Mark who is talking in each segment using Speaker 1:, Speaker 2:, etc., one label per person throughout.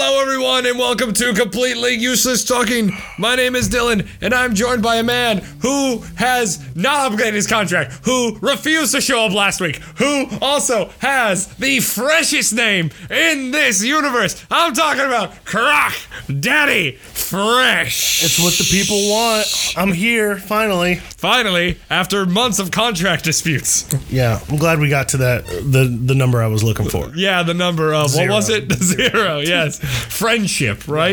Speaker 1: everyone, and welcome to Completely Useless Talking. My name is Dylan, and I'm joined by a man who has not upgraded his contract, who refused to show up last week, who also has the freshest name in this universe. I'm talking about Croc Daddy Fresh.
Speaker 2: It's what the people want. I'm here finally.
Speaker 1: Finally, after months of contract disputes.
Speaker 2: Yeah, I'm glad we got to that the the number I was looking for.
Speaker 1: Yeah, the number of
Speaker 2: Zero.
Speaker 1: what was it? Zero. Yes, friendship. Right.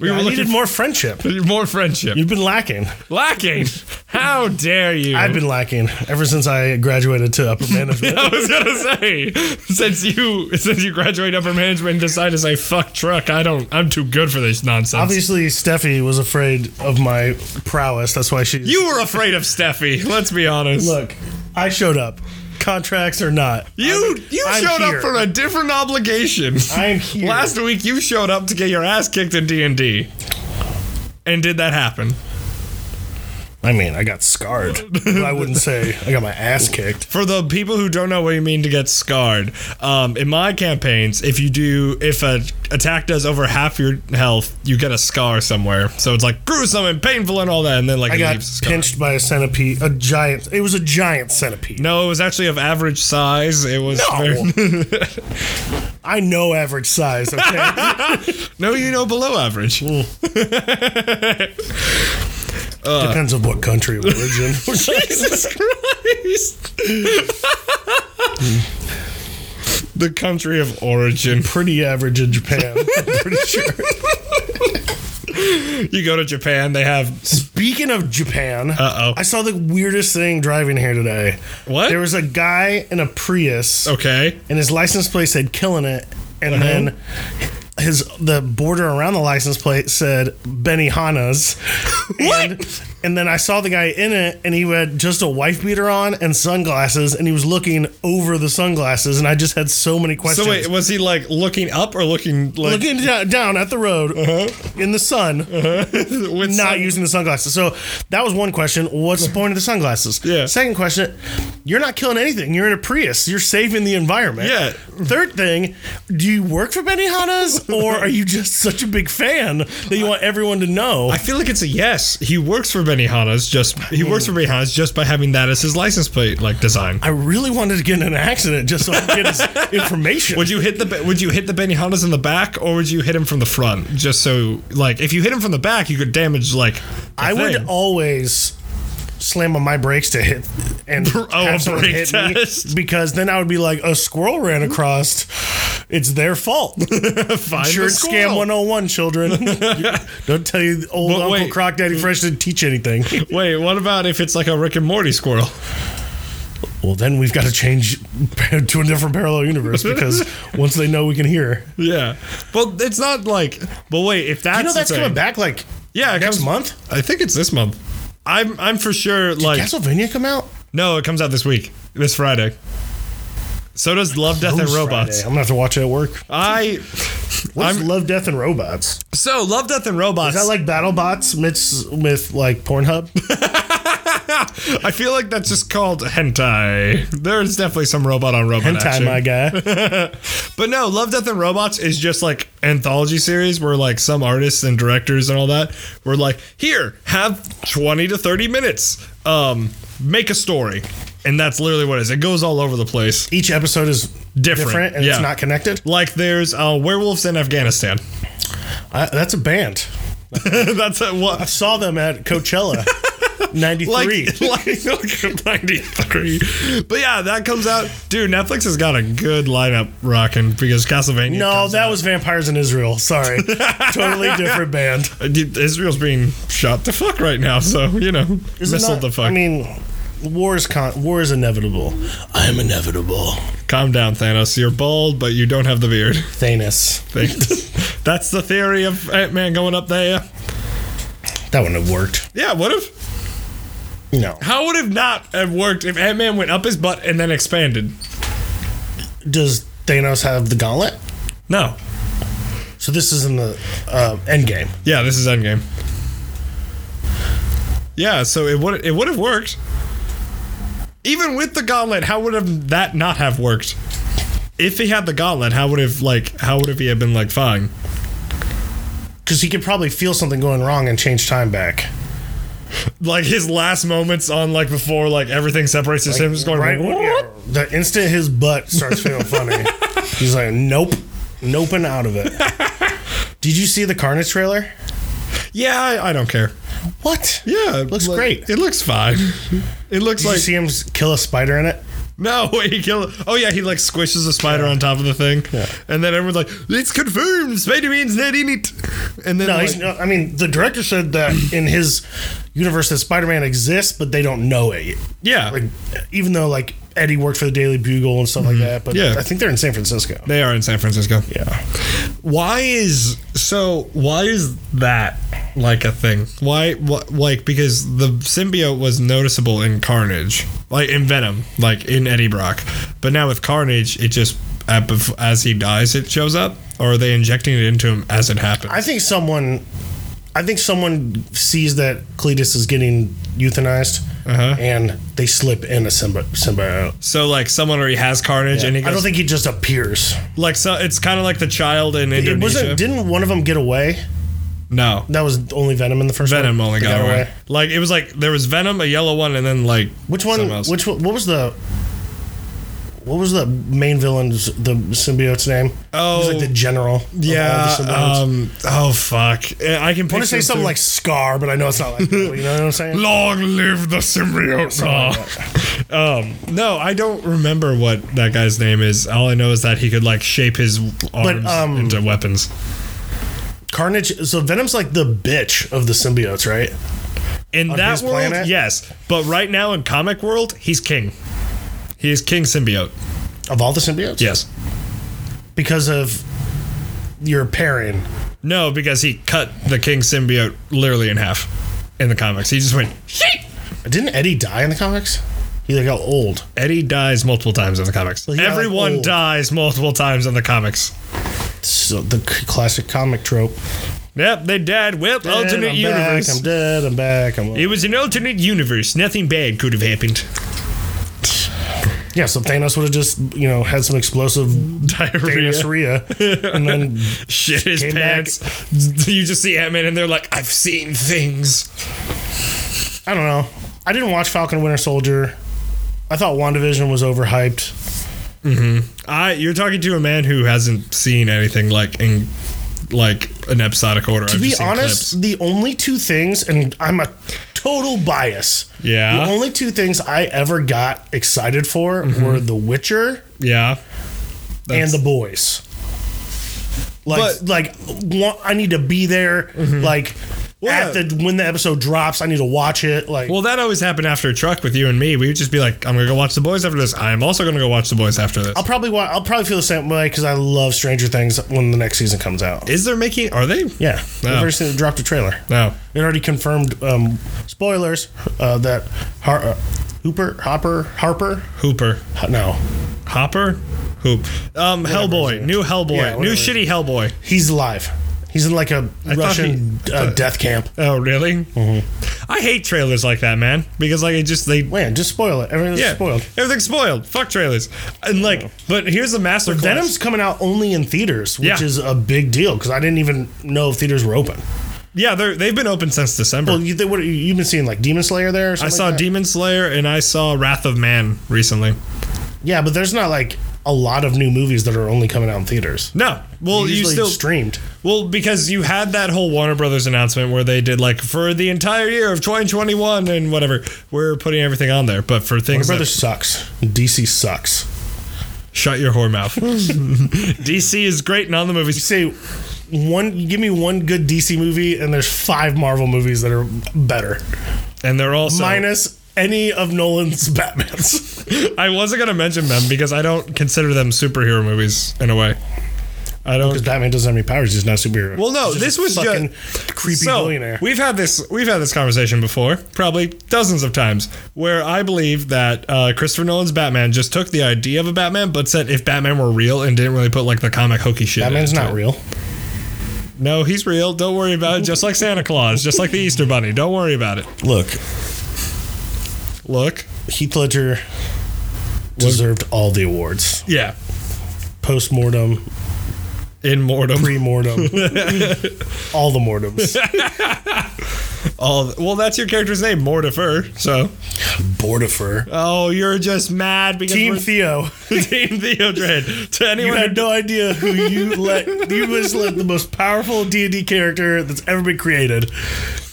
Speaker 1: We
Speaker 2: I
Speaker 1: were looking
Speaker 2: needed more friendship.
Speaker 1: for more friendship.
Speaker 2: You've been lacking.
Speaker 1: Lacking. How dare you?
Speaker 2: I've been lacking ever since I graduated to upper management.
Speaker 1: I was gonna say since you since you graduate upper management and decide to say fuck truck, I don't. I'm too good for this nonsense.
Speaker 2: Obviously, Steffi was afraid of my prowess. That's why she.
Speaker 1: You were afraid of Steffi. Let's be honest.
Speaker 2: look. I showed up, contracts or not.
Speaker 1: you you
Speaker 2: I'm
Speaker 1: showed
Speaker 2: here.
Speaker 1: up for a different obligation.
Speaker 2: I'm here.
Speaker 1: Last week you showed up to get your ass kicked in D and D. And did that happen?
Speaker 2: I mean, I got scarred. but I wouldn't say I got my ass kicked.
Speaker 1: for the people who don't know what you mean to get scarred, um, in my campaigns, if you do, if a attack does over half your health, you get a scar somewhere. So it's like gruesome and painful and all that, and then like
Speaker 2: I
Speaker 1: it
Speaker 2: got
Speaker 1: leaves a scar.
Speaker 2: pinched by a centipede. A giant. It was a giant centipede.
Speaker 1: No, it was actually of average size. It was
Speaker 2: No. I know average size. Okay.
Speaker 1: no, you know, below average. Uh,
Speaker 2: Depends on what country of origin.
Speaker 1: Jesus Christ. the country of origin.
Speaker 2: Pretty average in Japan. I'm pretty sure.
Speaker 1: You go to Japan, they have
Speaker 2: Speaking of Japan,
Speaker 1: Uh-oh.
Speaker 2: I saw the weirdest thing driving here today.
Speaker 1: What?
Speaker 2: There was a guy in a Prius,
Speaker 1: okay.
Speaker 2: and his license plate said "killing it," and then his the border around the license plate said "Benihana's."
Speaker 1: What?
Speaker 2: And, and then I saw the guy in it, and he had just a wife beater on and sunglasses, and he was looking over the sunglasses, and I just had so many questions.
Speaker 1: So wait, was he like looking up or looking like
Speaker 2: looking da- down at the road in the sun,
Speaker 1: with
Speaker 2: not
Speaker 1: some-
Speaker 2: using the sunglasses. So that was one question. What's the point of the sunglasses?
Speaker 1: Yeah.
Speaker 2: Second question, you're not killing anything. You're in a Prius. You're saving the environment.
Speaker 1: Yeah.
Speaker 2: Third thing, do you work for Benihana's or are you just such a big fan that you want everyone to know?
Speaker 1: I feel like it's a yes. He works for Benihana's just he works for Benihana's just by having that as his license plate like design.
Speaker 2: I really wanted to get in an accident just so I could get his information.
Speaker 1: Would you hit the would you hit the Benihana's in the back or would you hit him from the front? Just so like if you hit him from the back, you could damage like the
Speaker 2: I would
Speaker 1: thing.
Speaker 2: always slam on my brakes to hit and
Speaker 1: Oh, a
Speaker 2: have someone
Speaker 1: brake
Speaker 2: hit me,
Speaker 1: test.
Speaker 2: because then I would be like a squirrel ran across. It's their fault.
Speaker 1: find
Speaker 2: Sure,
Speaker 1: the
Speaker 2: it's scam
Speaker 1: squirrel.
Speaker 2: 101, children. You- Don't tell you the old
Speaker 1: But
Speaker 2: Uncle
Speaker 1: wait.
Speaker 2: Croc Daddy Fresh didn't teach anything.
Speaker 1: Wait, what about if it's like a Rick and Morty squirrel?
Speaker 2: Well, then we've got to change to a different parallel universe because once they know we can hear,
Speaker 1: Yeah. Well, it's not like But wait, if that's
Speaker 2: you know
Speaker 1: the
Speaker 2: that's
Speaker 1: thing-
Speaker 2: coming back like
Speaker 1: Yeah, it
Speaker 2: next
Speaker 1: comes-
Speaker 2: month.
Speaker 1: I think it's this month. I'm I'm for sure like
Speaker 2: Castlevania come out
Speaker 1: No, it comes out this week. This Friday. So does Love, Death, and
Speaker 2: Who's
Speaker 1: Robots.
Speaker 2: Friday? I'm gonna have to watch it at work.
Speaker 1: I
Speaker 2: What's
Speaker 1: I'm-
Speaker 2: Love, Death, and Robots?
Speaker 1: so Love, Death, and Robots.
Speaker 2: Is that like BattleBots mixed with like Pornhub?
Speaker 1: I feel like that's just called hentai. There's definitely some robot on robot
Speaker 2: Hentai,
Speaker 1: action.
Speaker 2: my guy.
Speaker 1: But no, Love, Death, and Robots is just like anthology series where like some artists and directors and all that were like, here, have 20 to 30 minutes, um, make a story, and that's literally what it is. It goes all over the place.
Speaker 2: Each episode is
Speaker 1: Different,
Speaker 2: different, and
Speaker 1: yeah.
Speaker 2: it's not connected.
Speaker 1: Like there's uh, werewolves in Afghanistan.
Speaker 2: I, that's a band.
Speaker 1: that's a, what
Speaker 2: I saw them at Coachella, '93.
Speaker 1: like, like, like 93. But yeah, that comes out. Dude, Netflix has got a good lineup rocking because Castlevania.
Speaker 2: No,
Speaker 1: comes
Speaker 2: that was Vampires in Israel. Sorry. totally different band.
Speaker 1: Uh, dude, Israel's being shot the fuck right now, so, you know,
Speaker 2: Is it
Speaker 1: missile
Speaker 2: not-
Speaker 1: the fuck.
Speaker 2: I mean, war is, con- war is inevitable. I am inevitable.
Speaker 1: Calm down, Thanos. You're bald, but you don't have the beard.
Speaker 2: Thanos.
Speaker 1: Thanks. That's the theory of Ant Man going up there.
Speaker 2: That wouldn't have worked.
Speaker 1: Yeah, what if?
Speaker 2: No.
Speaker 1: How would it not have worked if Ant Man went up his butt and then expanded?
Speaker 2: Does Thanos have the gauntlet?
Speaker 1: No.
Speaker 2: So this is in the uh, end game.
Speaker 1: Yeah, this is Endgame. Yeah, so it would it would have worked. Even with the gauntlet, how would have that not have worked? If he had the gauntlet, how would have like how would have he have been like fine?
Speaker 2: because he could probably feel something going wrong and change time back.
Speaker 1: Like his last moments on like before like everything separates his him is going
Speaker 2: Right?
Speaker 1: "What?"
Speaker 2: Yeah. The instant his butt starts feeling funny, he's like, nope, nope, and out of it. Did you see the Carnage trailer?
Speaker 1: Yeah, I, I don't care.
Speaker 2: What?
Speaker 1: Yeah, it
Speaker 2: Looks
Speaker 1: like-
Speaker 2: great.
Speaker 1: It looks fine. It looks
Speaker 2: Did
Speaker 1: like
Speaker 2: you see him s- kill a spider in it?
Speaker 1: no. He killed. Oh yeah, he like squishes a spider on top of the thing, and then everyone's like, "It's confirmed, Spider-Man's not in it." And then
Speaker 2: No,
Speaker 1: like,
Speaker 2: he's, no, I mean, the director said that in his universe that Spider-Man exists, but they don't know it. yet.
Speaker 1: yeah,
Speaker 2: Like, even though like Eddie worked for the Daily Bugle and stuff like that, but
Speaker 1: Mm-hmm. Yeah.
Speaker 2: I think they're in San Francisco.
Speaker 1: they are in San Francisco.
Speaker 2: Yeah,
Speaker 1: Why is so? Why is that like a thing? Why? What? Like because the symbiote was noticeable in Carnage, like in Venom, like in Eddie Brock, but now with Carnage, it just at bef- as he dies, it shows up. Or are they injecting it into him as it happens?
Speaker 2: I think someone, I think someone sees that Cletus is getting euthanized,
Speaker 1: Uh-huh.
Speaker 2: and they slip in a symbi- symbiote.
Speaker 1: So like someone already has Carnage, and he
Speaker 2: I
Speaker 1: goes
Speaker 2: don't think he just appears.
Speaker 1: like so. It's kind of like the child in
Speaker 2: It
Speaker 1: Indonesia.
Speaker 2: wasn't. Didn't one of them get away?
Speaker 1: no,
Speaker 2: That was only Venom in the first.
Speaker 1: Venom
Speaker 2: one?
Speaker 1: only
Speaker 2: They
Speaker 1: got, away. Like it was like there was Venom, a yellow one, and then like
Speaker 2: Which
Speaker 1: something
Speaker 2: one?
Speaker 1: else.
Speaker 2: Which one? What was the? What was the main villain's the symbiote's name? it was
Speaker 1: Oh.
Speaker 2: like the general. of all the
Speaker 1: Yeah.
Speaker 2: symbiotes.
Speaker 1: Um. Oh fuck. Eh, I can
Speaker 2: I want
Speaker 1: picture
Speaker 2: to say something
Speaker 1: the-
Speaker 2: like Scar, but I know it's not like that. you know what I'm saying?
Speaker 1: "Long live the symbiote." Aw. um. No, I don't remember what that guy's name is. All I know is that he could like shape his arms
Speaker 2: um,
Speaker 1: into weapons.
Speaker 2: Carnage. So Venom's like the bitch of the symbiotes, right?
Speaker 1: In
Speaker 2: on
Speaker 1: that
Speaker 2: his
Speaker 1: world,
Speaker 2: planet?
Speaker 1: yes. But right now in comic world, he's king. He is king symbiote.
Speaker 2: Of all the symbiotes,
Speaker 1: Yes.
Speaker 2: because of your pairing.
Speaker 1: No, because he cut the king symbiote literally in half in the comics. He just went.
Speaker 2: Didn't Eddie die in the comics? He like got old.
Speaker 1: Eddie dies multiple times in the comics.
Speaker 2: he got, like,
Speaker 1: Everyone
Speaker 2: old.
Speaker 1: dies multiple times in the comics.
Speaker 2: So the c- classic comic trope.
Speaker 1: Yep, they died. Well, alternate
Speaker 2: I'm
Speaker 1: universe.
Speaker 2: Back, I'm dead. I'm back. I'm.
Speaker 1: it was an alternate universe. Nothing bad could have happened.
Speaker 2: Yeah, so Thanos would have just, you know, had some explosive
Speaker 1: Diarrhea.
Speaker 2: Thanosria and then
Speaker 1: Shit his
Speaker 2: Came
Speaker 1: pants. You just see Ant Man and they're like, I've seen things.
Speaker 2: I don't know. I didn't watch Falcon Winter Soldier. I thought WandaVision was overhyped.
Speaker 1: I you're talking to a man who hasn't seen anything like in like an episodic order.
Speaker 2: To be honest, the only two things, and I'm a total bias.
Speaker 1: Yeah.
Speaker 2: The only two things I ever got excited for were The Witcher
Speaker 1: Yeah. That's-
Speaker 2: and The Boys. Like,
Speaker 1: But- Mm-hmm.
Speaker 2: like want, I need to be there. Like,
Speaker 1: Well,
Speaker 2: at the when the episode drops, I need to watch it. Like,
Speaker 1: Well, that always happened after a truck with you and me. We would just be like, I'm gonna go watch the boys after this. I'm also gonna go watch the boys after this.
Speaker 2: I'll probably wa- I'll probably feel the same way because I love Stranger Things when the next season comes out.
Speaker 1: Is there making are they?
Speaker 2: Yeah,
Speaker 1: Oh.
Speaker 2: they've already seen- dropped a trailer.
Speaker 1: No.
Speaker 2: It already confirmed um, spoilers uh, that Har- uh, Hooper Hopper Harper
Speaker 1: Hooper.
Speaker 2: H- no
Speaker 1: Hopper? Hoop. Um Hellboy. New Hellboy.
Speaker 2: Yeah,
Speaker 1: New
Speaker 2: whatever.
Speaker 1: shitty Hellboy.
Speaker 2: he's alive. He's in like a
Speaker 1: thought
Speaker 2: Russian
Speaker 1: he-
Speaker 2: uh, death camp.
Speaker 1: Oh, really? Mm-hmm. I hate trailers like that, man. Because like it just they
Speaker 2: Man, just spoil it. Everything's
Speaker 1: yeah
Speaker 2: spoiled. Mm-hmm.
Speaker 1: everything's spoiled. Fuck trailers. And like, but here's the master
Speaker 2: Venom's coming out only in theaters, which
Speaker 1: Yeah.
Speaker 2: is a big deal because I didn't even know if theaters were open.
Speaker 1: Yeah, they're, they've been open since December.
Speaker 2: Well, you, they, what, you've been seeing like Demon Slayer there. Or
Speaker 1: I
Speaker 2: something
Speaker 1: saw
Speaker 2: like that?
Speaker 1: Demon Slayer and I saw Wrath of Man recently.
Speaker 2: yeah, but there's not like a lot of new movies that are only coming out in theaters.
Speaker 1: No, well you
Speaker 2: Usually
Speaker 1: still
Speaker 2: streamed.
Speaker 1: well because you had that whole Warner Brothers announcement where they did like for the entire year of 2021 and whatever we're putting everything on there, but for
Speaker 2: My
Speaker 1: things
Speaker 2: brother
Speaker 1: that
Speaker 2: sucks. DC sucks.
Speaker 1: Shut your whore mouth. DC is great in all the movies.
Speaker 2: Say one. Give me one good DC movie, and there's five Marvel movies that are better,
Speaker 1: And they're also.
Speaker 2: minus any of Nolan's Batman's.
Speaker 1: I wasn't going to mention them because I don't consider them superhero movies in a way. I don't.
Speaker 2: Because Batman doesn't have any powers; he's not a superhero.
Speaker 1: Well, no,
Speaker 2: He's
Speaker 1: this
Speaker 2: a
Speaker 1: was
Speaker 2: fucking
Speaker 1: just
Speaker 2: creepy
Speaker 1: so,
Speaker 2: billionaire.
Speaker 1: We've had this we've had this conversation before, probably dozens of times, where I believe that uh, Christopher Nolan's Batman just took the idea of a Batman, but said if Batman were real and didn't really put like the comic hokey shit.
Speaker 2: Batman's
Speaker 1: into
Speaker 2: not
Speaker 1: it.
Speaker 2: real.
Speaker 1: No, he's real. Don't worry about it. Just like Santa Claus, just like the Easter Bunny. Don't worry about it.
Speaker 2: Look,
Speaker 1: Look,
Speaker 2: Heath Ledger deserved all the awards.
Speaker 1: yeah,
Speaker 2: Post mortem,
Speaker 1: in mortem.
Speaker 2: pre mortem. All the mortems.
Speaker 1: All well, that's your character's name, Mortifer. So,
Speaker 2: Bortifer.
Speaker 1: oh, you're just mad because
Speaker 2: Team
Speaker 1: we're-
Speaker 2: Theo.
Speaker 1: Team Theodred. To
Speaker 2: You
Speaker 1: anyone, who-
Speaker 2: had no idea who you let. You misled the most powerful D and D character that's ever been created,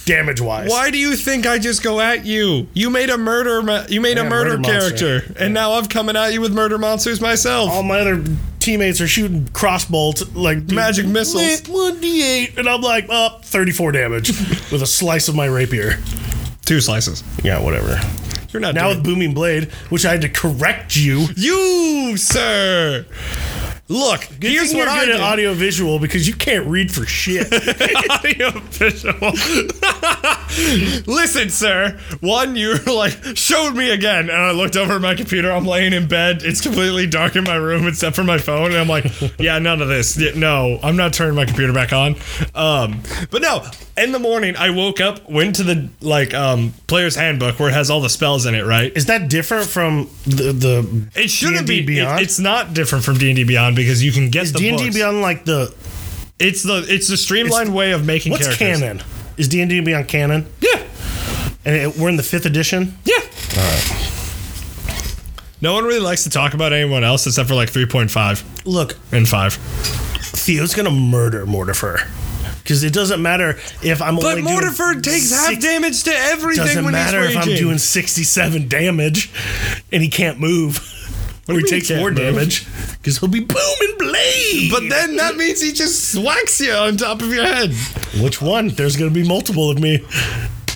Speaker 2: damage wise.
Speaker 1: why do you think I just go at you? You made a murder. mo- You made
Speaker 2: Yeah,
Speaker 1: a murder,
Speaker 2: murder monster.
Speaker 1: character, and now I'm coming at you with murder monsters myself.
Speaker 2: All my other teammates are shooting crossbolt like
Speaker 1: Magic missiles.
Speaker 2: One D eight, and I'm like up thirty four damage with a slice of my rapier.
Speaker 1: Two slices.
Speaker 2: Yeah, whatever.
Speaker 1: You're not
Speaker 2: Now
Speaker 1: doing-
Speaker 2: with booming blade, which I had to correct you.
Speaker 1: You, sir. Look, here's
Speaker 2: You're
Speaker 1: what I
Speaker 2: good
Speaker 1: did.
Speaker 2: at audio visual because you can't read for shit.
Speaker 1: audio visual. Listen, sir. One, you were like, showed me again. And I looked over at my computer. I'm laying in bed. It's completely dark in my room except for my phone. And I'm like, yeah, none of this. Yeah, no, I'm not turning my computer back on. Um, but no, in the morning, I woke up, went to the like um, player's handbook where it has all the spells in it, right?
Speaker 2: Is that different from the the
Speaker 1: It shouldn't
Speaker 2: D&D
Speaker 1: be. it-
Speaker 2: Beyond?
Speaker 1: it's not different from D and D Beyond because you can get the
Speaker 2: D and D
Speaker 1: books.
Speaker 2: beyond like the
Speaker 1: It's the it's the streamlined way of making
Speaker 2: what's
Speaker 1: characters.
Speaker 2: canon? Is D and D beyond canon?
Speaker 1: Yeah,
Speaker 2: And it, we're in the fifth edition.
Speaker 1: yeah. No one really likes to talk about anyone else except for like three point five
Speaker 2: Look,
Speaker 1: and five.
Speaker 2: Theo's gonna murder Mortifer because it doesn't matter if I'm
Speaker 1: But
Speaker 2: only
Speaker 1: Mortifer
Speaker 2: doing
Speaker 1: takes half
Speaker 2: six-
Speaker 1: damage to everything
Speaker 2: Doesn't
Speaker 1: when
Speaker 2: matter
Speaker 1: he's
Speaker 2: if
Speaker 1: raging.
Speaker 2: I'm doing sixty seven damage and he can't move.
Speaker 1: do
Speaker 2: Or he
Speaker 1: you mean he
Speaker 2: takes
Speaker 1: can't
Speaker 2: more
Speaker 1: move?
Speaker 2: damage because he'll be booming blade.
Speaker 1: but then that means he just whacks you on top of your head.
Speaker 2: which one? There's gonna be multiple of me.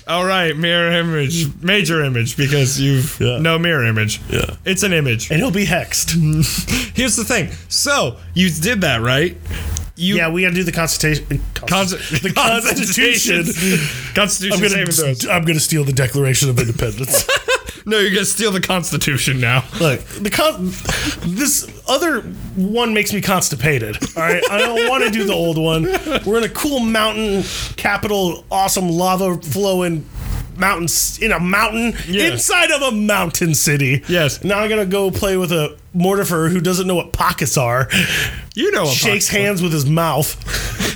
Speaker 1: All right, mirror image, major image, because you've
Speaker 2: Yeah.
Speaker 1: no mirror image.
Speaker 2: Yeah.
Speaker 1: it's an image.
Speaker 2: and he'll be hexed.
Speaker 1: Mm-hmm. Here's the thing. So you did that, right? You
Speaker 2: Yeah, we got to do the constitution.
Speaker 1: Cons-
Speaker 2: the Constitution.
Speaker 1: Constitution
Speaker 2: I'm
Speaker 1: saving
Speaker 2: gonna,
Speaker 1: throws.
Speaker 2: I'm gonna steal the Declaration of Independence.
Speaker 1: No, you're gonna steal the Constitution now.
Speaker 2: Look, the con- this other one makes me constipated. All right, I don't want to do the old one. We're in a cool mountain capital, awesome lava flowing mountains in a mountain
Speaker 1: Yeah.
Speaker 2: inside of a mountain city.
Speaker 1: Yes.
Speaker 2: Now I'm gonna go play with a mortifer who doesn't know what pockets are.
Speaker 1: You know, a
Speaker 2: Shakes
Speaker 1: pox-
Speaker 2: hands with his mouth.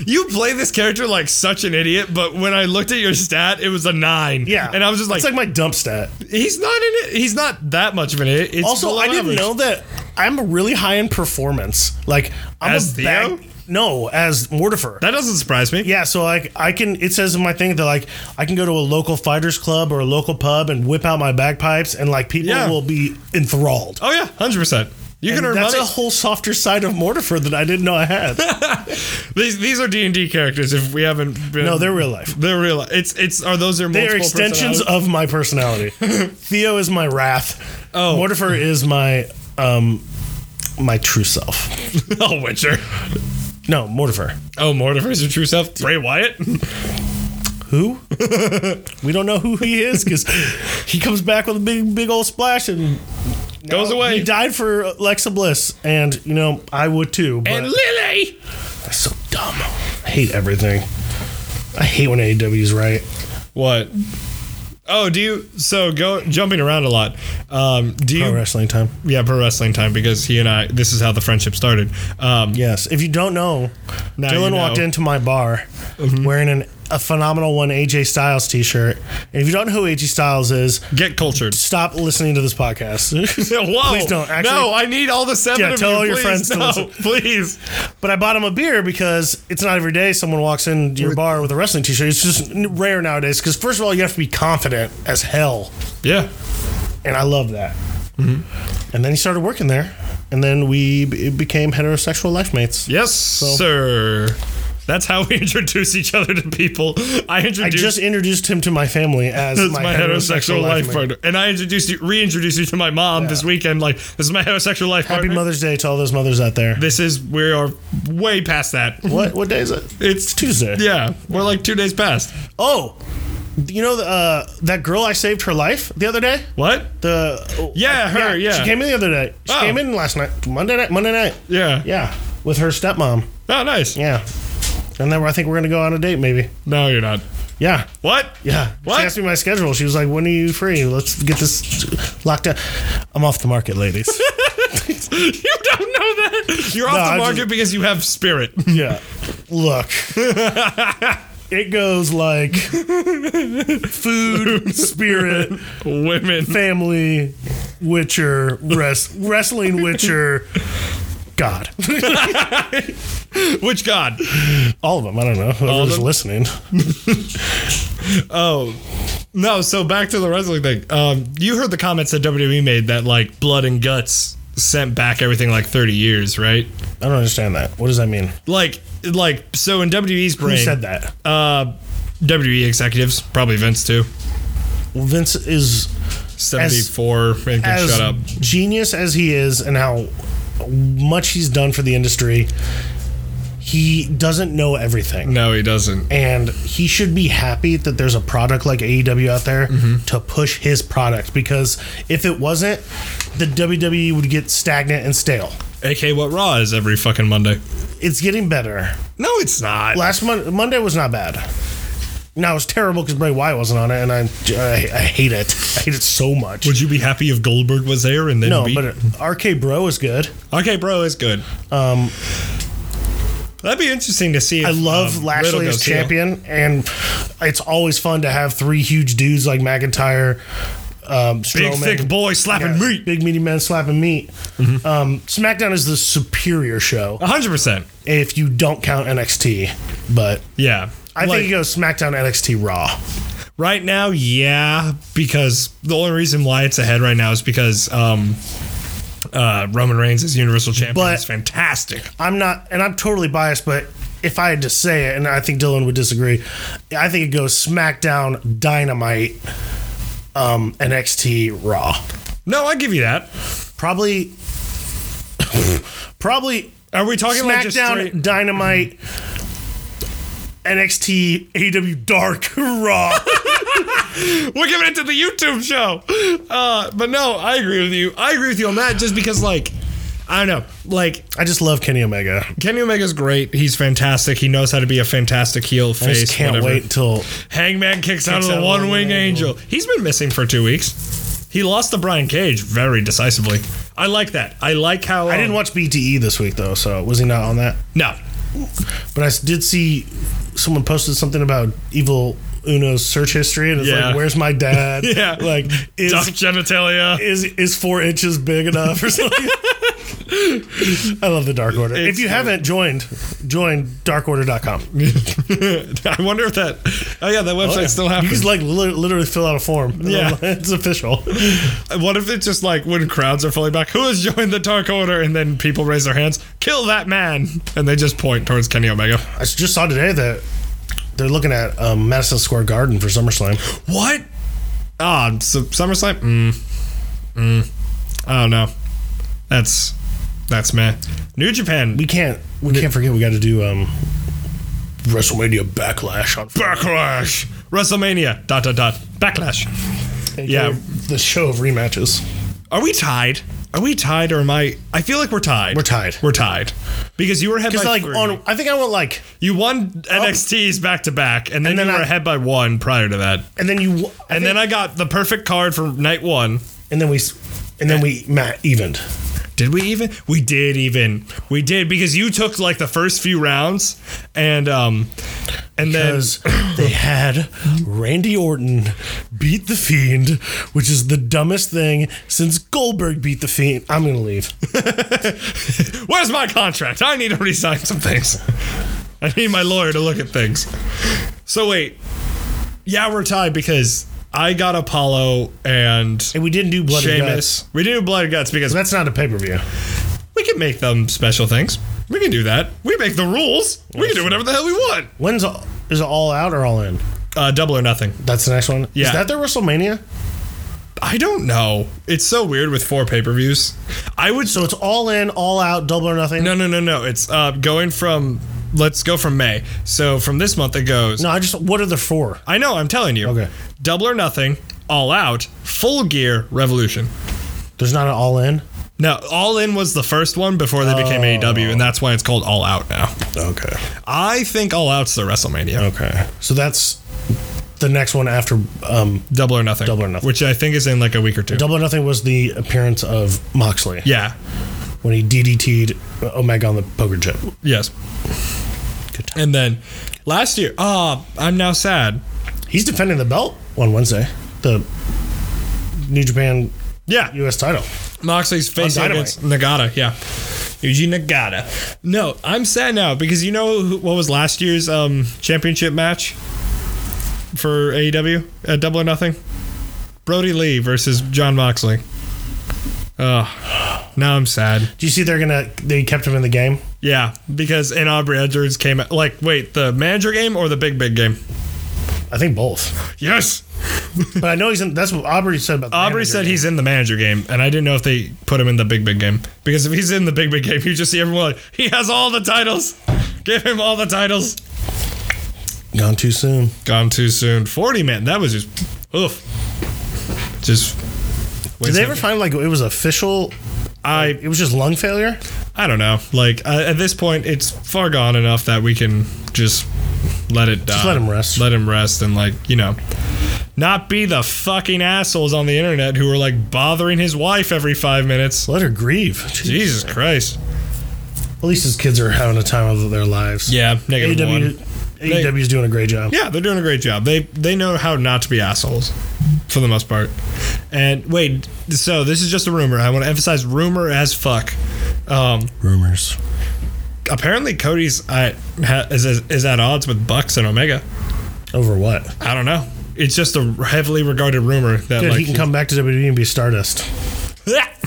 Speaker 1: You play this character like such an idiot, but when I looked at your stat, it was a nine.
Speaker 2: Yeah,
Speaker 1: and I was just like,
Speaker 2: it's like my dump stat.
Speaker 1: he's not in it. He's not that much of an idiot. It's
Speaker 2: Also,
Speaker 1: below
Speaker 2: I didn't
Speaker 1: average.
Speaker 2: know that I'm really high in performance. Like I'm
Speaker 1: As
Speaker 2: a bag-
Speaker 1: Theo?
Speaker 2: No, as Mortifer.
Speaker 1: That doesn't surprise me.
Speaker 2: yeah, so like I can. It says in my thing that like I can go to a local fighters club or a local pub and whip out my bagpipes, and like people
Speaker 1: Yeah.
Speaker 2: will be enthralled.
Speaker 1: Oh yeah, hundred percent. You can
Speaker 2: And
Speaker 1: earn
Speaker 2: that's
Speaker 1: money.
Speaker 2: a whole softer side of Mortifer that I didn't know I had.
Speaker 1: these these are D and D characters. If we haven't been,
Speaker 2: no, they're real life.
Speaker 1: they're real. It's it's are those their
Speaker 2: They are
Speaker 1: multiple
Speaker 2: extensions
Speaker 1: personalities?
Speaker 2: of my personality. Theo is my wrath.
Speaker 1: Oh.
Speaker 2: Mortifer is my um my true self.
Speaker 1: oh Witcher.
Speaker 2: No, Mortifer.
Speaker 1: Oh Mortifer's your true self. Bray Wyatt.
Speaker 2: who? we don't know who he is because he comes back with a big, big old splash and
Speaker 1: Goes away.
Speaker 2: He died for Alexa Bliss, and you know I would too. But
Speaker 1: and Lily.
Speaker 2: that's so dumb. I hate everything. I hate when AEW's right.
Speaker 1: What? Oh, do you? So go jumping around a lot. Um, do you?
Speaker 2: Pro wrestling time.
Speaker 1: Yeah, pro wrestling time because he and I. This is how the friendship started. Um,
Speaker 2: Yes. If you don't know,
Speaker 1: Now
Speaker 2: Dylan
Speaker 1: you know. Mm-hmm.
Speaker 2: walked into my bar wearing an, a phenomenal one AJ Styles t-shirt. And if you don't know who AJ Styles is,
Speaker 1: Get cultured.
Speaker 2: stop listening to this podcast.
Speaker 1: Whoa!
Speaker 2: Please don't, actually-
Speaker 1: no, I need all the seven
Speaker 2: Yeah,
Speaker 1: of
Speaker 2: tell
Speaker 1: you,
Speaker 2: all your
Speaker 1: please.
Speaker 2: friends to
Speaker 1: No,
Speaker 2: listen.
Speaker 1: please.
Speaker 2: But I bought him a beer because it's not every day someone walks into your bar with a wrestling t-shirt. It's just n- rare nowadays because first of all, you have to be confident as hell,
Speaker 1: Yeah.
Speaker 2: and I love that. And then he started working there, and then we b- became heterosexual life mates.
Speaker 1: Yes, sir. That's how we introduce each other to people. I
Speaker 2: I
Speaker 1: introduced
Speaker 2: just introduced him to my family as
Speaker 1: that's
Speaker 2: my,
Speaker 1: my, heterosexual, life
Speaker 2: mate.
Speaker 1: partner, and I introduced you, reintroduced you to my mom this weekend. Like this is my heterosexual life
Speaker 2: Happy
Speaker 1: partner.
Speaker 2: Mother's Day to all those mothers out there.
Speaker 1: this is we are way past that.
Speaker 2: What what day is it?
Speaker 1: It's
Speaker 2: Tuesday.
Speaker 1: Yeah, we're like two days past.
Speaker 2: Oh, you know uh, that girl I saved her life the other day.
Speaker 1: What?
Speaker 2: The uh,
Speaker 1: Yeah, her, yeah.
Speaker 2: She came in the other day. She
Speaker 1: Oh.
Speaker 2: came in last night, Monday night, Monday night.
Speaker 1: Yeah.
Speaker 2: Yeah, with her stepmom.
Speaker 1: Oh, nice.
Speaker 2: Yeah. And then I think we're gonna go on a date, maybe.
Speaker 1: No, you're not.
Speaker 2: Yeah.
Speaker 1: What?
Speaker 2: Yeah.
Speaker 1: What?
Speaker 2: She asked me my schedule. She was like, "When are you free? Let's get this locked up." I'm off the market, ladies.
Speaker 1: you don't know that. You're
Speaker 2: No,
Speaker 1: off
Speaker 2: I
Speaker 1: the market
Speaker 2: just-
Speaker 1: because you have spirit.
Speaker 2: Yeah. Look. it goes like food, spirit,
Speaker 1: Women.
Speaker 2: family, Witcher, res- wrestling Witcher, God.
Speaker 1: Which god?
Speaker 2: All of them. I don't know.
Speaker 1: of
Speaker 2: Whoever's
Speaker 1: them?
Speaker 2: listening.
Speaker 1: Oh. No, so back to the wrestling thing. Um, you heard the comments that WWE made that like blood and guts sent back everything like 30 years, right?
Speaker 2: I don't understand that. What does that mean?
Speaker 1: Like like so in WWE's brain.
Speaker 2: Who said that?
Speaker 1: Uh WWE executives, probably Vince too.
Speaker 2: Well, Vince is
Speaker 1: 74 and can
Speaker 2: as
Speaker 1: shut up.
Speaker 2: genius as he is and how much he's done for the industry. He doesn't know everything.
Speaker 1: No, he doesn't.
Speaker 2: and he should be happy that there's a product like AEW out there
Speaker 1: Mm-hmm.
Speaker 2: to push his product because if it wasn't, the WWE would get stagnant and stale.
Speaker 1: AK what Raw is every fucking Monday.
Speaker 2: It's getting better.
Speaker 1: No, it's not.
Speaker 2: Last mon- Monday was not bad. Now it was terrible because Bray Wyatt wasn't on it, and I, I I hate it. I hate it so much.
Speaker 1: Would you be happy if Goldberg was there and then
Speaker 2: no,
Speaker 1: beat?
Speaker 2: but RK Bro is good.
Speaker 1: okay, bro, it's good.
Speaker 2: Um,
Speaker 1: That'd be interesting to see. If,
Speaker 2: I love
Speaker 1: um, Riddle
Speaker 2: Lashley as
Speaker 1: goes heel.
Speaker 2: champion, and it's always fun to have three huge dudes like McIntyre, um,
Speaker 1: Big
Speaker 2: Strowman.
Speaker 1: thick boy slapping
Speaker 2: Yeah,
Speaker 1: meat. Mm-hmm.
Speaker 2: Big meaty man slapping meat. Um, SmackDown is the superior show
Speaker 1: hundred percent.
Speaker 2: if you don't count NXT, but
Speaker 1: Yeah.
Speaker 2: I
Speaker 1: Like,
Speaker 2: think you go SmackDown, NXT, Raw.
Speaker 1: right now, yeah, because the only reason why it's ahead right now is because um, uh, Roman Reigns is Universal Champion.
Speaker 2: But-
Speaker 1: it's fantastic.
Speaker 2: I'm not, and I'm totally biased, but if I had to say it, and I think Dylan would disagree, I think it goes SmackDown, Dynamite, um, NXT, Raw.
Speaker 1: No, I give you that.
Speaker 2: Probably, probably
Speaker 1: Are we talking like just
Speaker 2: SmackDown,
Speaker 1: straight-
Speaker 2: Dynamite, NXT, AW, E Dark, Raw.
Speaker 1: We're giving it to the YouTube show. Uh, but no, I agree with you. I agree with you on that just because, like, I don't know. Like,
Speaker 2: I just love Kenny Omega.
Speaker 1: Kenny Omega's great. He's fantastic. He knows how to be a fantastic heel
Speaker 2: I
Speaker 1: face.
Speaker 2: just can't
Speaker 1: whatever.
Speaker 2: wait till
Speaker 1: Hangman kicks, out of the
Speaker 2: out of the
Speaker 1: one wing
Speaker 2: one-wing
Speaker 1: angel. He's been missing for two weeks. He lost to Brian Cage very decisively. I like that. I like how. um,
Speaker 2: I didn't watch BTE this week though, so was he not on that?
Speaker 1: No.
Speaker 2: But I s- did see someone posted something about Evil Uno's search history, and it's
Speaker 1: Yeah.
Speaker 2: like, "Where's my dad?
Speaker 1: Yeah.
Speaker 2: like is
Speaker 1: Duck genitalia.
Speaker 2: is is four inches big enough or something?" I love the Dark Order.
Speaker 1: It's
Speaker 2: if you
Speaker 1: funny.
Speaker 2: haven't joined, join darkorder.com.
Speaker 1: I wonder if that. Oh yeah, that website still
Speaker 2: You
Speaker 1: happens.
Speaker 2: can like li- literally fill out a form.
Speaker 1: Yeah.
Speaker 2: it's official.
Speaker 1: what if it's just like when crowds are falling back? Who has joined the Dark Order? And then people raise their hands. Kill that man, and they just point towards Kenny Omega.
Speaker 2: I s- just saw today that they're looking at um, Madison Square Garden for SummerSlam.
Speaker 1: What? Ah, so SummerSlam. Mm. Mm. I don't know. That's that's man. New Japan.
Speaker 2: we can't we can't forget we got to do um WrestleMania Backlash on
Speaker 1: Backlash. WrestleMania. Dot dot dot. Backlash. yeah.
Speaker 2: the show of rematches.
Speaker 1: Are we tied? Are we tied or am I? I feel like we're tied.
Speaker 2: We're tied.
Speaker 1: We're tied. Because you were ahead by
Speaker 2: It's like
Speaker 1: three.
Speaker 2: on I think I went like
Speaker 1: you won NXT's back to back, and then,
Speaker 2: then
Speaker 1: you were
Speaker 2: I-
Speaker 1: ahead by one prior to that.
Speaker 2: and then you I
Speaker 1: And
Speaker 2: think-
Speaker 1: then I got the perfect card for night one.
Speaker 2: and then we s- and then we Matt evened.
Speaker 1: Did we even? We did even. We did because you took like the first few rounds, and um, and then
Speaker 2: Because they had Randy Orton beat the Fiend, which is the dumbest thing since Goldberg beat the Fiend. I'm gonna leave.
Speaker 1: where's my contract? I need to resign some things. I need my lawyer to look at things. So wait, yeah, we're tied because I got Apollo and
Speaker 2: And we didn't do blood and guts.
Speaker 1: Sheamus. We do blood and guts because
Speaker 2: That's not a pay per view.
Speaker 1: we can make them special things. We can do that. We make the rules. We can do whatever the hell we want.
Speaker 2: When's all, is it all out or all in?
Speaker 1: Uh, double or nothing.
Speaker 2: That's the next one.
Speaker 1: Yeah.
Speaker 2: Is that their WrestleMania?
Speaker 1: I don't know. It's so weird with four pay per views. I would
Speaker 2: So it's all in, all out, double or nothing.
Speaker 1: No, no, no, no. It's uh, going from. Let's go from May. So from this month it goes.
Speaker 2: No, I just what are the four?
Speaker 1: I know. I'm telling you.
Speaker 2: Okay.
Speaker 1: Double or nothing. All out. Full gear. Revolution.
Speaker 2: There's not an all in.
Speaker 1: Now, All In was the first one before they became AEW, and that's why it's called All Out now.
Speaker 2: Okay.
Speaker 1: I think All Out's the WrestleMania.
Speaker 2: Okay. So that's the next one after um,
Speaker 1: Double or nothing.
Speaker 2: Double or Nothing.
Speaker 1: Which I think is in like a week or two.
Speaker 2: double or nothing was the appearance of Moxley.
Speaker 1: yeah.
Speaker 2: when he DDT'd Omega on the poker chip.
Speaker 1: Yes. And then last year, ah, I'm now sad.
Speaker 2: He's defending the belt on Wednesday, the New Japan
Speaker 1: Yeah,
Speaker 2: U.S. title.
Speaker 1: Moxley's facing
Speaker 2: Dynamite.
Speaker 1: against Nagata. Yeah, Yuji Nagata. No, I'm sad now because you know who, what was last year's um, championship match for AEW at Double or Nothing? Brody Lee versus John Moxley. Oh, now I'm sad.
Speaker 2: Do you see they're gonna they kept him in the game?
Speaker 1: Yeah, because and Aubrey Edwards came out. Like, wait, the manager game or the big big game?
Speaker 2: I think both.
Speaker 1: Yes.
Speaker 2: but I know he's in. That's what Aubrey said about. The
Speaker 1: Aubrey
Speaker 2: manager.
Speaker 1: said he's in the manager game, and I didn't know if they put him in the big big game because if he's in the big big game, you just see everyone like he has all the titles. Give him all the titles.
Speaker 2: gone too soon.
Speaker 1: Gone too soon. Forty man, that was just oof. Just.
Speaker 2: Did they ever find like it was official?
Speaker 1: I
Speaker 2: It was just lung failure.
Speaker 1: I don't know. Like uh, at this point, it's far gone enough that we can just let it die.
Speaker 2: let him rest.
Speaker 1: Let him rest and like you know, not be the fucking assholes on the internet who are like bothering his wife every five minutes.
Speaker 2: Let her grieve. Jeez.
Speaker 1: Jesus Christ.
Speaker 2: At least his kids are having a time of their lives.
Speaker 1: Yeah, negative
Speaker 2: AEW,
Speaker 1: one.
Speaker 2: AEW is doing a great job.
Speaker 1: Yeah, they're doing a great job. They they know how not to be assholes for the most part. And wait, so this is just a rumor. I want to emphasize rumor as fuck. Um,
Speaker 2: Rumors.
Speaker 1: apparently Cody's I, ha, is is at odds with Bucks and Omega.
Speaker 2: Over what?
Speaker 1: I don't know. It's just a heavily regarded rumor that
Speaker 2: Dude,
Speaker 1: like
Speaker 2: he can come back to WWE and be Stardust.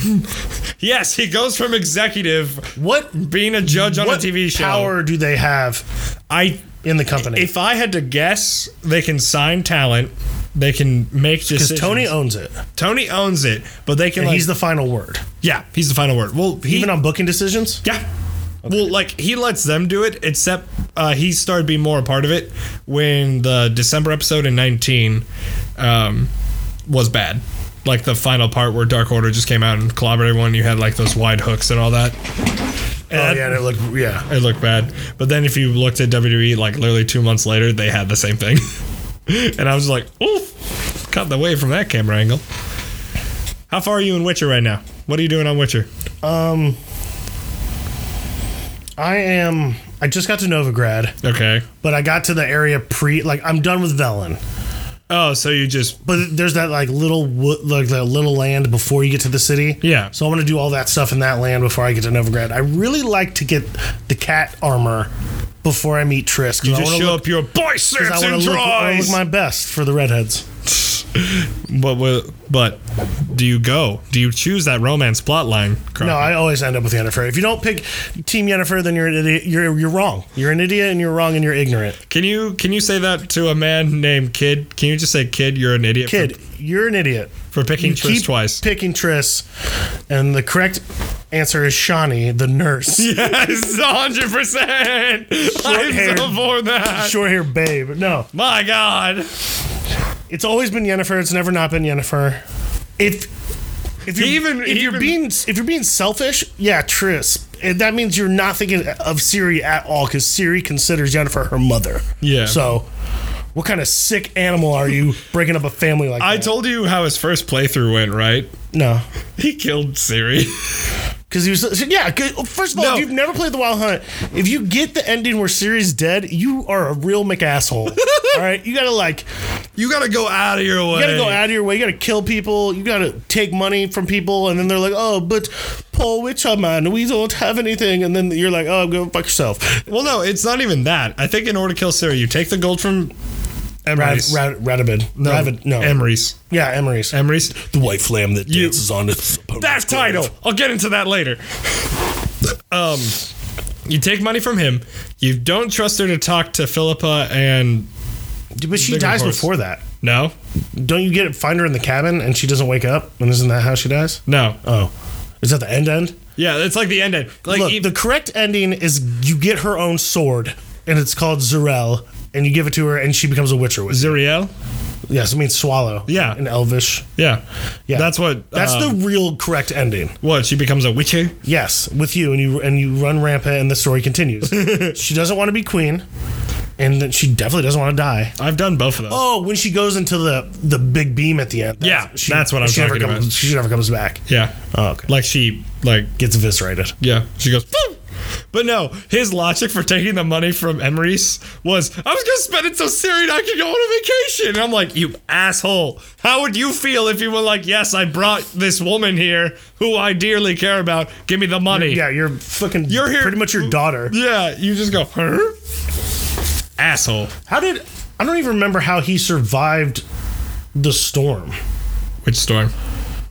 Speaker 1: yes, he goes from executive
Speaker 2: What
Speaker 1: being a judge on
Speaker 2: what
Speaker 1: a TV show.
Speaker 2: power do they have
Speaker 1: I
Speaker 2: in the company?
Speaker 1: if I had to guess, they can sign talent. They can make
Speaker 2: Because
Speaker 1: decisions.
Speaker 2: Tony owns it,
Speaker 1: Tony owns it, but they can
Speaker 2: and
Speaker 1: like
Speaker 2: he's the final word,
Speaker 1: yeah, he's the final word. Well, he
Speaker 2: even on booking decisions.
Speaker 1: yeah. Well, like he lets them do it, except uh, he started being more a part of it when the December episode in nineteen um, was bad. Like the final part where Dark Order just came out and clobbered everyone. You had like those wide hooks and all that. And
Speaker 2: Oh
Speaker 1: that-
Speaker 2: yeah, and it looked yeah.
Speaker 1: it looked bad. But then if you looked at WWE, like literally two months later, they had the same thing. and I was like, oof, cut the way from that camera angle. How far are you in Witcher right now? What are you doing on Witcher?
Speaker 2: I am. I just got to Novigrad,
Speaker 1: Okay.
Speaker 2: but I got to the area pre. Like I'm done with Velen,
Speaker 1: Oh, so you just
Speaker 2: but there's that like little wo- like that little land before you get to the city.
Speaker 1: Yeah.
Speaker 2: So I'm gonna do all that stuff in that land before I get to Novigrad. I really like to get the cat armor before I meet Trisk. 'cause I
Speaker 1: just
Speaker 2: wanna
Speaker 1: show
Speaker 2: look-
Speaker 1: up your boy
Speaker 2: 'cause
Speaker 1: slips
Speaker 2: I
Speaker 1: and
Speaker 2: want to look, I wanna look
Speaker 1: tries.
Speaker 2: my best for the redheads.
Speaker 1: But wi- but do you go? Do you choose that romance plotline?
Speaker 2: No, I always end up with Yennefer. If you don't pick Team Yennefer, then you're an idiot. You're you're wrong. You're an idiot, and you're wrong, and you're ignorant.
Speaker 1: Can you can you say that to a man named Kid? Can you just say Kid? You're an idiot. for-
Speaker 2: Kid, you're an idiot.
Speaker 1: for, picking
Speaker 2: You
Speaker 1: Triss
Speaker 2: keep
Speaker 1: twice.
Speaker 2: Picking Triss, and the correct answer is Shawnee, the nurse.
Speaker 1: Yes, hundred percent. I'm
Speaker 2: Short-haired-
Speaker 1: so for that.
Speaker 2: Short hair babe. No,
Speaker 1: My God,
Speaker 2: it's always been Yennefer. It's never not been Yennefer. If if you're,
Speaker 1: Even-
Speaker 2: if you're
Speaker 1: even-
Speaker 2: being if you're being selfish, yeah, Triss. And that means you're not thinking of Siri at all because Siri considers Yennefer her mother.
Speaker 1: Yeah.
Speaker 2: So, what kind of sick animal are you breaking up a family like
Speaker 1: I
Speaker 2: that?
Speaker 1: told you how his first playthrough went, right?
Speaker 2: no.
Speaker 1: He killed Siri.
Speaker 2: Because he was, so- yeah. 'cause- First of all,
Speaker 1: No.
Speaker 2: if you've never played The Wild Hunt, if you get the ending where Ciri's dead, you are a real McAsshole. all right, you gotta like,
Speaker 1: You gotta go out of your way.
Speaker 2: you gotta go out of your way. You gotta kill people. You gotta take money from people, and then they're like, "Oh, but Paul Witcher man, we don't have anything." And then you're like, "Oh, go fuck yourself."
Speaker 1: Well, no, it's not even that. I think in order to kill Siri, you take the gold from
Speaker 2: Rad,
Speaker 1: Emery's.
Speaker 2: Rad, Radavid.
Speaker 1: no,
Speaker 2: Ravid, no.
Speaker 1: Emery's.
Speaker 2: yeah, Emery's.
Speaker 1: Emery's.
Speaker 2: the white flam that
Speaker 1: You-
Speaker 2: dances on its
Speaker 1: That
Speaker 2: opponent's grave.
Speaker 1: title. I'll get into that later. um, you take money from him. You don't trust her to talk to Philippa and
Speaker 2: But she
Speaker 1: Bigger
Speaker 2: dies
Speaker 1: horse.
Speaker 2: before that.
Speaker 1: no,
Speaker 2: Don't you get find her in the cabin and she doesn't wake up? And isn't that how she dies?
Speaker 1: no.
Speaker 2: Oh, is that the end end?
Speaker 1: Yeah, it's like the end. end. Like
Speaker 2: Look,
Speaker 1: e-
Speaker 2: the correct ending is you get her own sword, and it's called Zurel, and you give it to her, and she becomes a Witcher with.
Speaker 1: Zuriel.
Speaker 2: Yes, it means swallow.
Speaker 1: Yeah.
Speaker 2: in Elvish.
Speaker 1: Yeah.
Speaker 2: Yeah,
Speaker 1: That's what.
Speaker 2: That's
Speaker 1: uh,
Speaker 2: the real correct ending.
Speaker 1: What? She becomes a eh? witcher?
Speaker 2: Yes, with you, and you and you run rampant, and the story continues. she doesn't want to be queen. and then she definitely doesn't want to die.
Speaker 1: I've done both of those.
Speaker 2: Oh, when she goes into the the big beam at the end.
Speaker 1: Yeah, that's what I'm
Speaker 2: she never
Speaker 1: talking
Speaker 2: comes,
Speaker 1: about.
Speaker 2: She never comes back.
Speaker 1: Yeah.
Speaker 2: Oh, okay.
Speaker 1: Like she like
Speaker 2: Gets eviscerated.
Speaker 1: yeah. She goes. "Phew." But no, his logic for taking the money from Emery's was, I was gonna spend it so Siri and I could go on a vacation. And I'm like, you asshole. How would you feel if you were like, yes, I brought this woman here who I dearly care about. Give me the money.
Speaker 2: Yeah, you're fucking.
Speaker 1: You're here-
Speaker 2: Pretty much your daughter.
Speaker 1: Yeah, you just go, her? Asshole.
Speaker 2: How did I don't even remember how he survived the storm
Speaker 1: Which storm?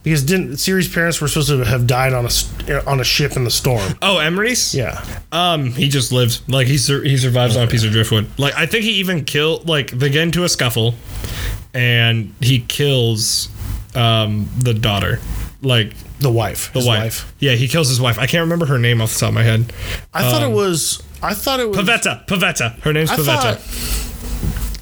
Speaker 2: because didn't Siri's parents were supposed to have died on a s- on a ship in the storm.
Speaker 1: Oh, Emery's?
Speaker 2: Yeah,
Speaker 1: Um, he just lives. Like he sur- he survives on a piece of driftwood. Like I think he even killed. Like they get into a scuffle, and he kills, um, the daughter. Like
Speaker 2: the wife.
Speaker 1: the wife. Yeah, he kills his wife. I can't remember her name off the top of my head.
Speaker 2: I thought
Speaker 1: Um,
Speaker 2: it was. I thought it was.
Speaker 1: Pavetta. Pavetta. Her name's
Speaker 2: I
Speaker 1: Pavetta.
Speaker 2: thought,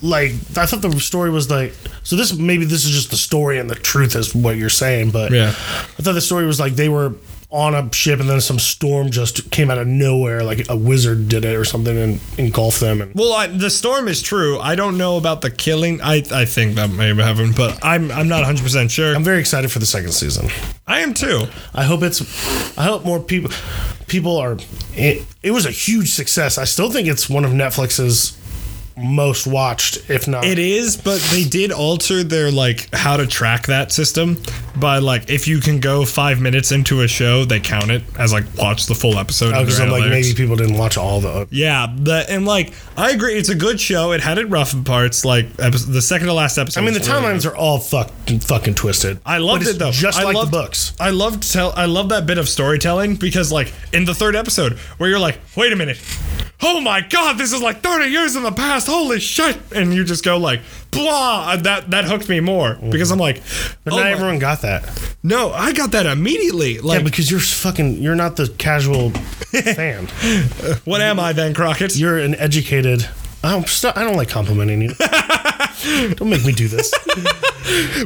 Speaker 2: like, I thought the story was like. So this maybe this is just the story and the truth is what you're saying, but
Speaker 1: Yeah.
Speaker 2: I thought the story was like they were on a ship and then some storm just came out of nowhere, like a wizard did it or something and engulfed them. And
Speaker 1: Well, I, the storm is true. I don't know about the killing. I I think that may have happened, but I'm I'm not 100 percent sure.
Speaker 2: I'm very excited for the second season.
Speaker 1: I am too.
Speaker 2: I hope it's. I hope more people. People are. It, it was a huge success. I still think it's one of Netflix's most watched, if not.
Speaker 1: It is, but they did alter their like how to track that system by like if you can go five minutes into a show, they count it as like watch the full episode.
Speaker 2: Oh,
Speaker 1: of
Speaker 2: because
Speaker 1: their
Speaker 2: I'm like
Speaker 1: analytics.
Speaker 2: maybe people didn't watch all the.
Speaker 1: Yeah, the, and like I agree, it's a good show. It had it rough in parts. Like episode, the second to last episode.
Speaker 2: I mean, the
Speaker 1: was really
Speaker 2: timelines are all fucking fucking twisted.
Speaker 1: I loved
Speaker 2: But it's
Speaker 1: it though.
Speaker 2: Just
Speaker 1: I
Speaker 2: like
Speaker 1: loved- Oh
Speaker 2: the books.
Speaker 1: I loved tell. I love that bit of storytelling because, like, in the third episode, where you're like, "Wait a minute, oh my god, this is like 30 years in the past. Holy shit!" And you just go like, "Blah." and That that hooked me more because I'm like,
Speaker 2: But
Speaker 1: oh
Speaker 2: not
Speaker 1: my-
Speaker 2: everyone got that.
Speaker 1: "No, I got that immediately." Like,
Speaker 2: Yeah, because you're fucking. You're not the casual fan.
Speaker 1: what am I then, Crockett?
Speaker 2: You're an educated. I don't. St- I don't like complimenting you. don't make me do this.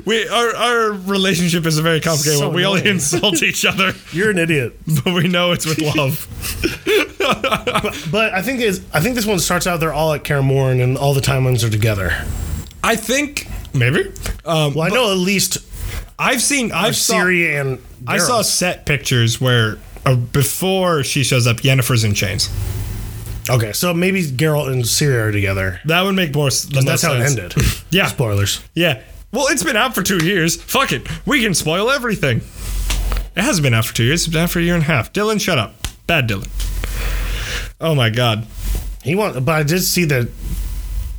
Speaker 1: We our our relationship is very complicated.
Speaker 2: So
Speaker 1: one. we only
Speaker 2: annoying.
Speaker 1: insult each other,
Speaker 2: You're an idiot.
Speaker 1: but we know it's with love.
Speaker 2: But I think is I think this one starts out. They're all at Karamorin, and all the timelines are together.
Speaker 1: I think maybe. Um,
Speaker 2: Well, I know at least
Speaker 1: I've seen. I've saw-
Speaker 2: Siri and
Speaker 1: I saw
Speaker 2: Daryl.
Speaker 1: set pictures where uh, before she shows up, Yennefer's in chains.
Speaker 2: Okay, so maybe Geralt and Siri are together.
Speaker 1: That would make more. s- The most
Speaker 2: That's how it
Speaker 1: sense.
Speaker 2: ended.
Speaker 1: Yeah.
Speaker 2: spoilers.
Speaker 1: Yeah. Well, it's been out for two years. Fuck it. We can spoil everything. It hasn't been out for two years. It's been out for a year and a half. Dylan, shut up. Bad Dylan. Oh my God.
Speaker 2: He want, but I did see that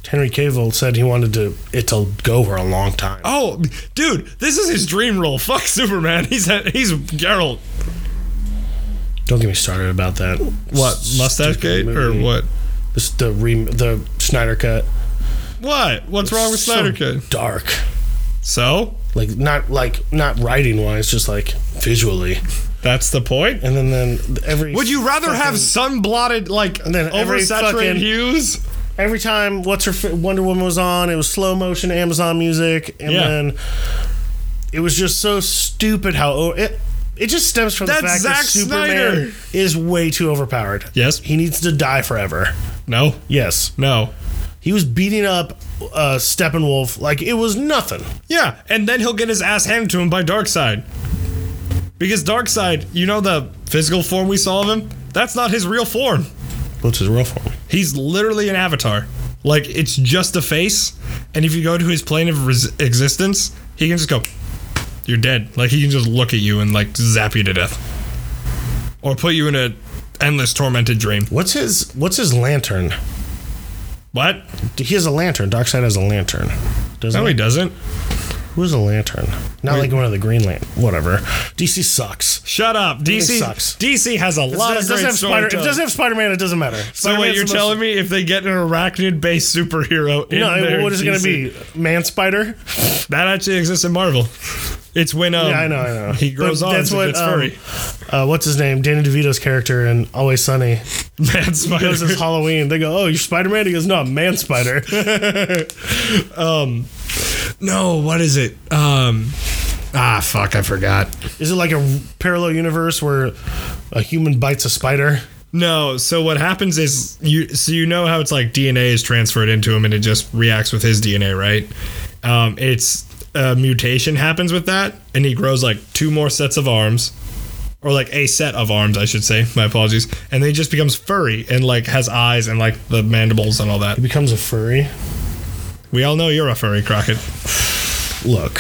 Speaker 2: Henry Cavill said he wanted to it to go for a long time.
Speaker 1: Oh, dude, this is his dream role. Fuck Superman. He's he's Geralt.
Speaker 2: Don't get me started about that.
Speaker 1: What mustache gate or
Speaker 2: movie.
Speaker 1: what?
Speaker 2: This the re, the Snyder cut.
Speaker 1: What? What's wrong with Snyder
Speaker 2: So
Speaker 1: Cut?
Speaker 2: Dark.
Speaker 1: So
Speaker 2: Like not like not writing wise, just like visually.
Speaker 1: that's the point.
Speaker 2: And then then every
Speaker 1: Would you rather have sun blotted, like
Speaker 2: then every
Speaker 1: oversaturated
Speaker 2: fucking-
Speaker 1: hues?
Speaker 2: every time what's her fa- Wonder Woman was on, it was slow motion Amazon music, and
Speaker 1: Yeah.
Speaker 2: then it was just so stupid how o- it. It just stems from the
Speaker 1: That's
Speaker 2: fact
Speaker 1: Zack
Speaker 2: that Superman
Speaker 1: Snyder.
Speaker 2: is way too overpowered.
Speaker 1: Yes.
Speaker 2: he needs to die forever.
Speaker 1: No.
Speaker 2: Yes,
Speaker 1: No.
Speaker 2: he was beating up uh, Steppenwolf like it was nothing.
Speaker 1: Yeah, and then he'll get his ass handed to him by Darkseid. Because Darkseid, you know the physical form we saw of him? That's not his real form.
Speaker 2: What's his real form?
Speaker 1: He's literally an avatar. Like, it's just a face. And if you go to his plane of res- existence, he can just go, You're dead. Like, he can just look at you and, like, zap you to death. Or put you in a endless tormented dream.
Speaker 2: What's his What's his lantern?
Speaker 1: What?
Speaker 2: He has a lantern. Darkseid has a lantern. Doesn't
Speaker 1: No, he doesn't.
Speaker 2: Who's a lantern? Not like one of the Green Lantern. Whatever. DC sucks.
Speaker 1: Shut up. DC
Speaker 2: sucks.
Speaker 1: DC has a lot
Speaker 2: It
Speaker 1: of
Speaker 2: doesn't
Speaker 1: great
Speaker 2: have Spider- if it
Speaker 1: storytelling.
Speaker 2: doesn't have Spider Man, it doesn't matter.
Speaker 1: So wait, you're telling
Speaker 2: me?
Speaker 1: me if they get an arachnid-based superhero in
Speaker 2: No,
Speaker 1: their
Speaker 2: what is it going to
Speaker 1: DC
Speaker 2: be? Man Spider?
Speaker 1: That actually exists in Marvel. It's when um,
Speaker 2: Yeah, I know, I know.
Speaker 1: he grows
Speaker 2: But
Speaker 1: on and gets
Speaker 2: um,
Speaker 1: furry.
Speaker 2: uh, what's his name? Danny DeVito's character in Always Sunny
Speaker 1: Man Spider.
Speaker 2: goes as Halloween. They go, "Oh, you're Spider Man." He goes, "No, I'm Man Spider."
Speaker 1: no, what is it? Um, ah, fuck, I forgot.
Speaker 2: is it like a parallel universe where a human bites a spider?
Speaker 1: No, so what happens is you so you know how it's like DNA is transferred into him and it just reacts with his DNA, right? Um, it's a mutation happens with that, and he grows like two more sets of arms, or like a set of arms, I should say. My apologies. And then he just becomes furry and like has eyes and like the mandibles and all that.
Speaker 2: He becomes a furry.
Speaker 1: We all know you're a furry, Crockett.
Speaker 2: Look.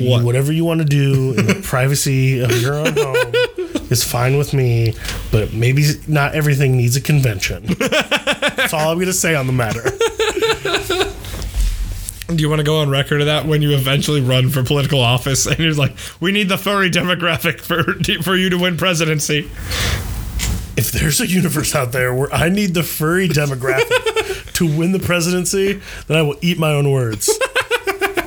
Speaker 1: What?
Speaker 2: Whatever you want to do in the privacy of your own home is fine with me, but maybe not everything needs a convention. That's all I'm going to say on the matter.
Speaker 1: Do you want to go on record of that when you eventually run for political office and you're like, we need the furry demographic for for you to win presidency?
Speaker 2: If there's a universe out there where I need the furry demographic to win the presidency, then I will eat my own words.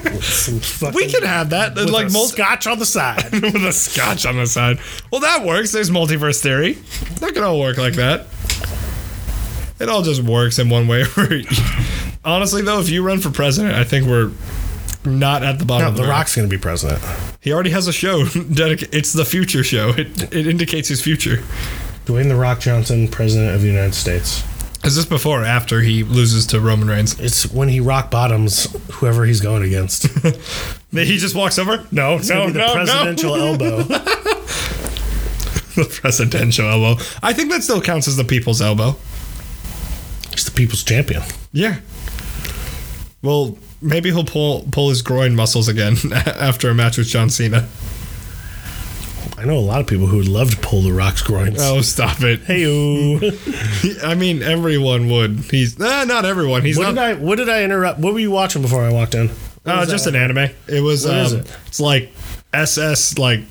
Speaker 2: With some fucking-
Speaker 1: We can have that.
Speaker 2: with
Speaker 1: like
Speaker 2: a
Speaker 1: multi-
Speaker 2: scotch on the side.
Speaker 1: with a scotch on the side. Well, that works. There's multiverse theory. That can all work like that. It all just works in one way. Honestly, though, if you run for president, I think we're not at the bottom.
Speaker 2: No,
Speaker 1: of
Speaker 2: the
Speaker 1: the rock.
Speaker 2: Rock's going to be president.
Speaker 1: He already has a show. dedica- it's the future show. It it indicates his future.
Speaker 2: Dwayne the Rock Johnson, president of the United States.
Speaker 1: Is this before or after he loses to Roman Reigns?
Speaker 2: It's when he rock bottoms whoever he's going against.
Speaker 1: He just walks over. No, no,
Speaker 2: Maybe the
Speaker 1: no, no.
Speaker 2: presidential elbow.
Speaker 1: The presidential elbow. I think that still counts as the people's elbow.
Speaker 2: He's the people's champion.
Speaker 1: Yeah. Well, maybe he'll pull pull his groin muscles again after a match with John Cena.
Speaker 2: I know a lot of people who would love to pull the Rock's groins.
Speaker 1: Oh, stop it!
Speaker 2: Hey,
Speaker 1: I mean, everyone would. He's ah, not everyone. He's
Speaker 2: what
Speaker 1: not.
Speaker 2: did I? What did I interrupt? What were you watching before I walked in?
Speaker 1: uh, just an anime. It was.
Speaker 2: What
Speaker 1: um,
Speaker 2: is it?
Speaker 1: It's like SS like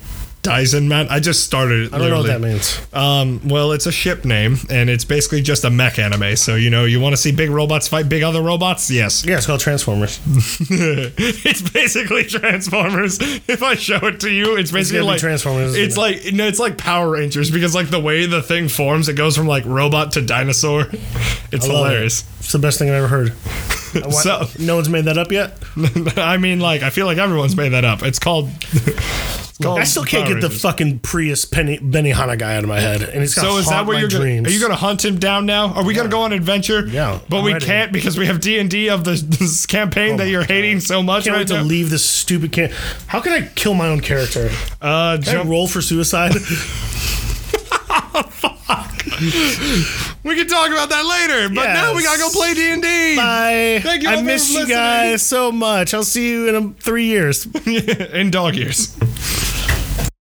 Speaker 1: Dyson man. I just started it.
Speaker 2: I don't know what that means.
Speaker 1: Um, well, it's a ship name, and it's basically just a mech anime. So you know, you want to see big robots fight big other robots? Yes.
Speaker 2: Yeah, it's called Transformers.
Speaker 1: it's basically Transformers. If I show it to you, it's basically
Speaker 2: gonna be
Speaker 1: like
Speaker 2: Transformers, isn't
Speaker 1: It's
Speaker 2: it?
Speaker 1: like no, it's like Power Rangers because like the way the thing forms, it goes from like robot to dinosaur. It's
Speaker 2: I love it.
Speaker 1: hilarious.
Speaker 2: It's the best thing I've ever heard. I want-
Speaker 1: So-
Speaker 2: no one's made that up yet.
Speaker 1: I mean, like I feel like everyone's made that up. It's called. it's called
Speaker 2: I still can't
Speaker 1: Power
Speaker 2: get the
Speaker 1: Rangers.
Speaker 2: fucking Prius Penny, Benihana guy out of my head, and he's gonna
Speaker 1: So is that
Speaker 2: haunt
Speaker 1: where
Speaker 2: my
Speaker 1: you're going?
Speaker 2: dreams.
Speaker 1: Are you going to hunt him down now? Are we going to go on adventure?
Speaker 2: Yeah,
Speaker 1: But
Speaker 2: I'm
Speaker 1: we
Speaker 2: ready. Oh
Speaker 1: can't because we have D and D of this, this campaign that you're hating so much
Speaker 2: can't
Speaker 1: right
Speaker 2: wait to
Speaker 1: now.
Speaker 2: leave this stupid can. How can I kill my own character?
Speaker 1: uh,
Speaker 2: Can I
Speaker 1: jump.
Speaker 2: roll for suicide?
Speaker 1: We can talk about that later. But now we got to go
Speaker 2: Yes.
Speaker 1: play D and D.
Speaker 2: Bye.
Speaker 1: Thank you all
Speaker 2: I
Speaker 1: for
Speaker 2: miss you
Speaker 1: listening.
Speaker 2: guys so much. I'll see you in um, three years.
Speaker 1: in dog years.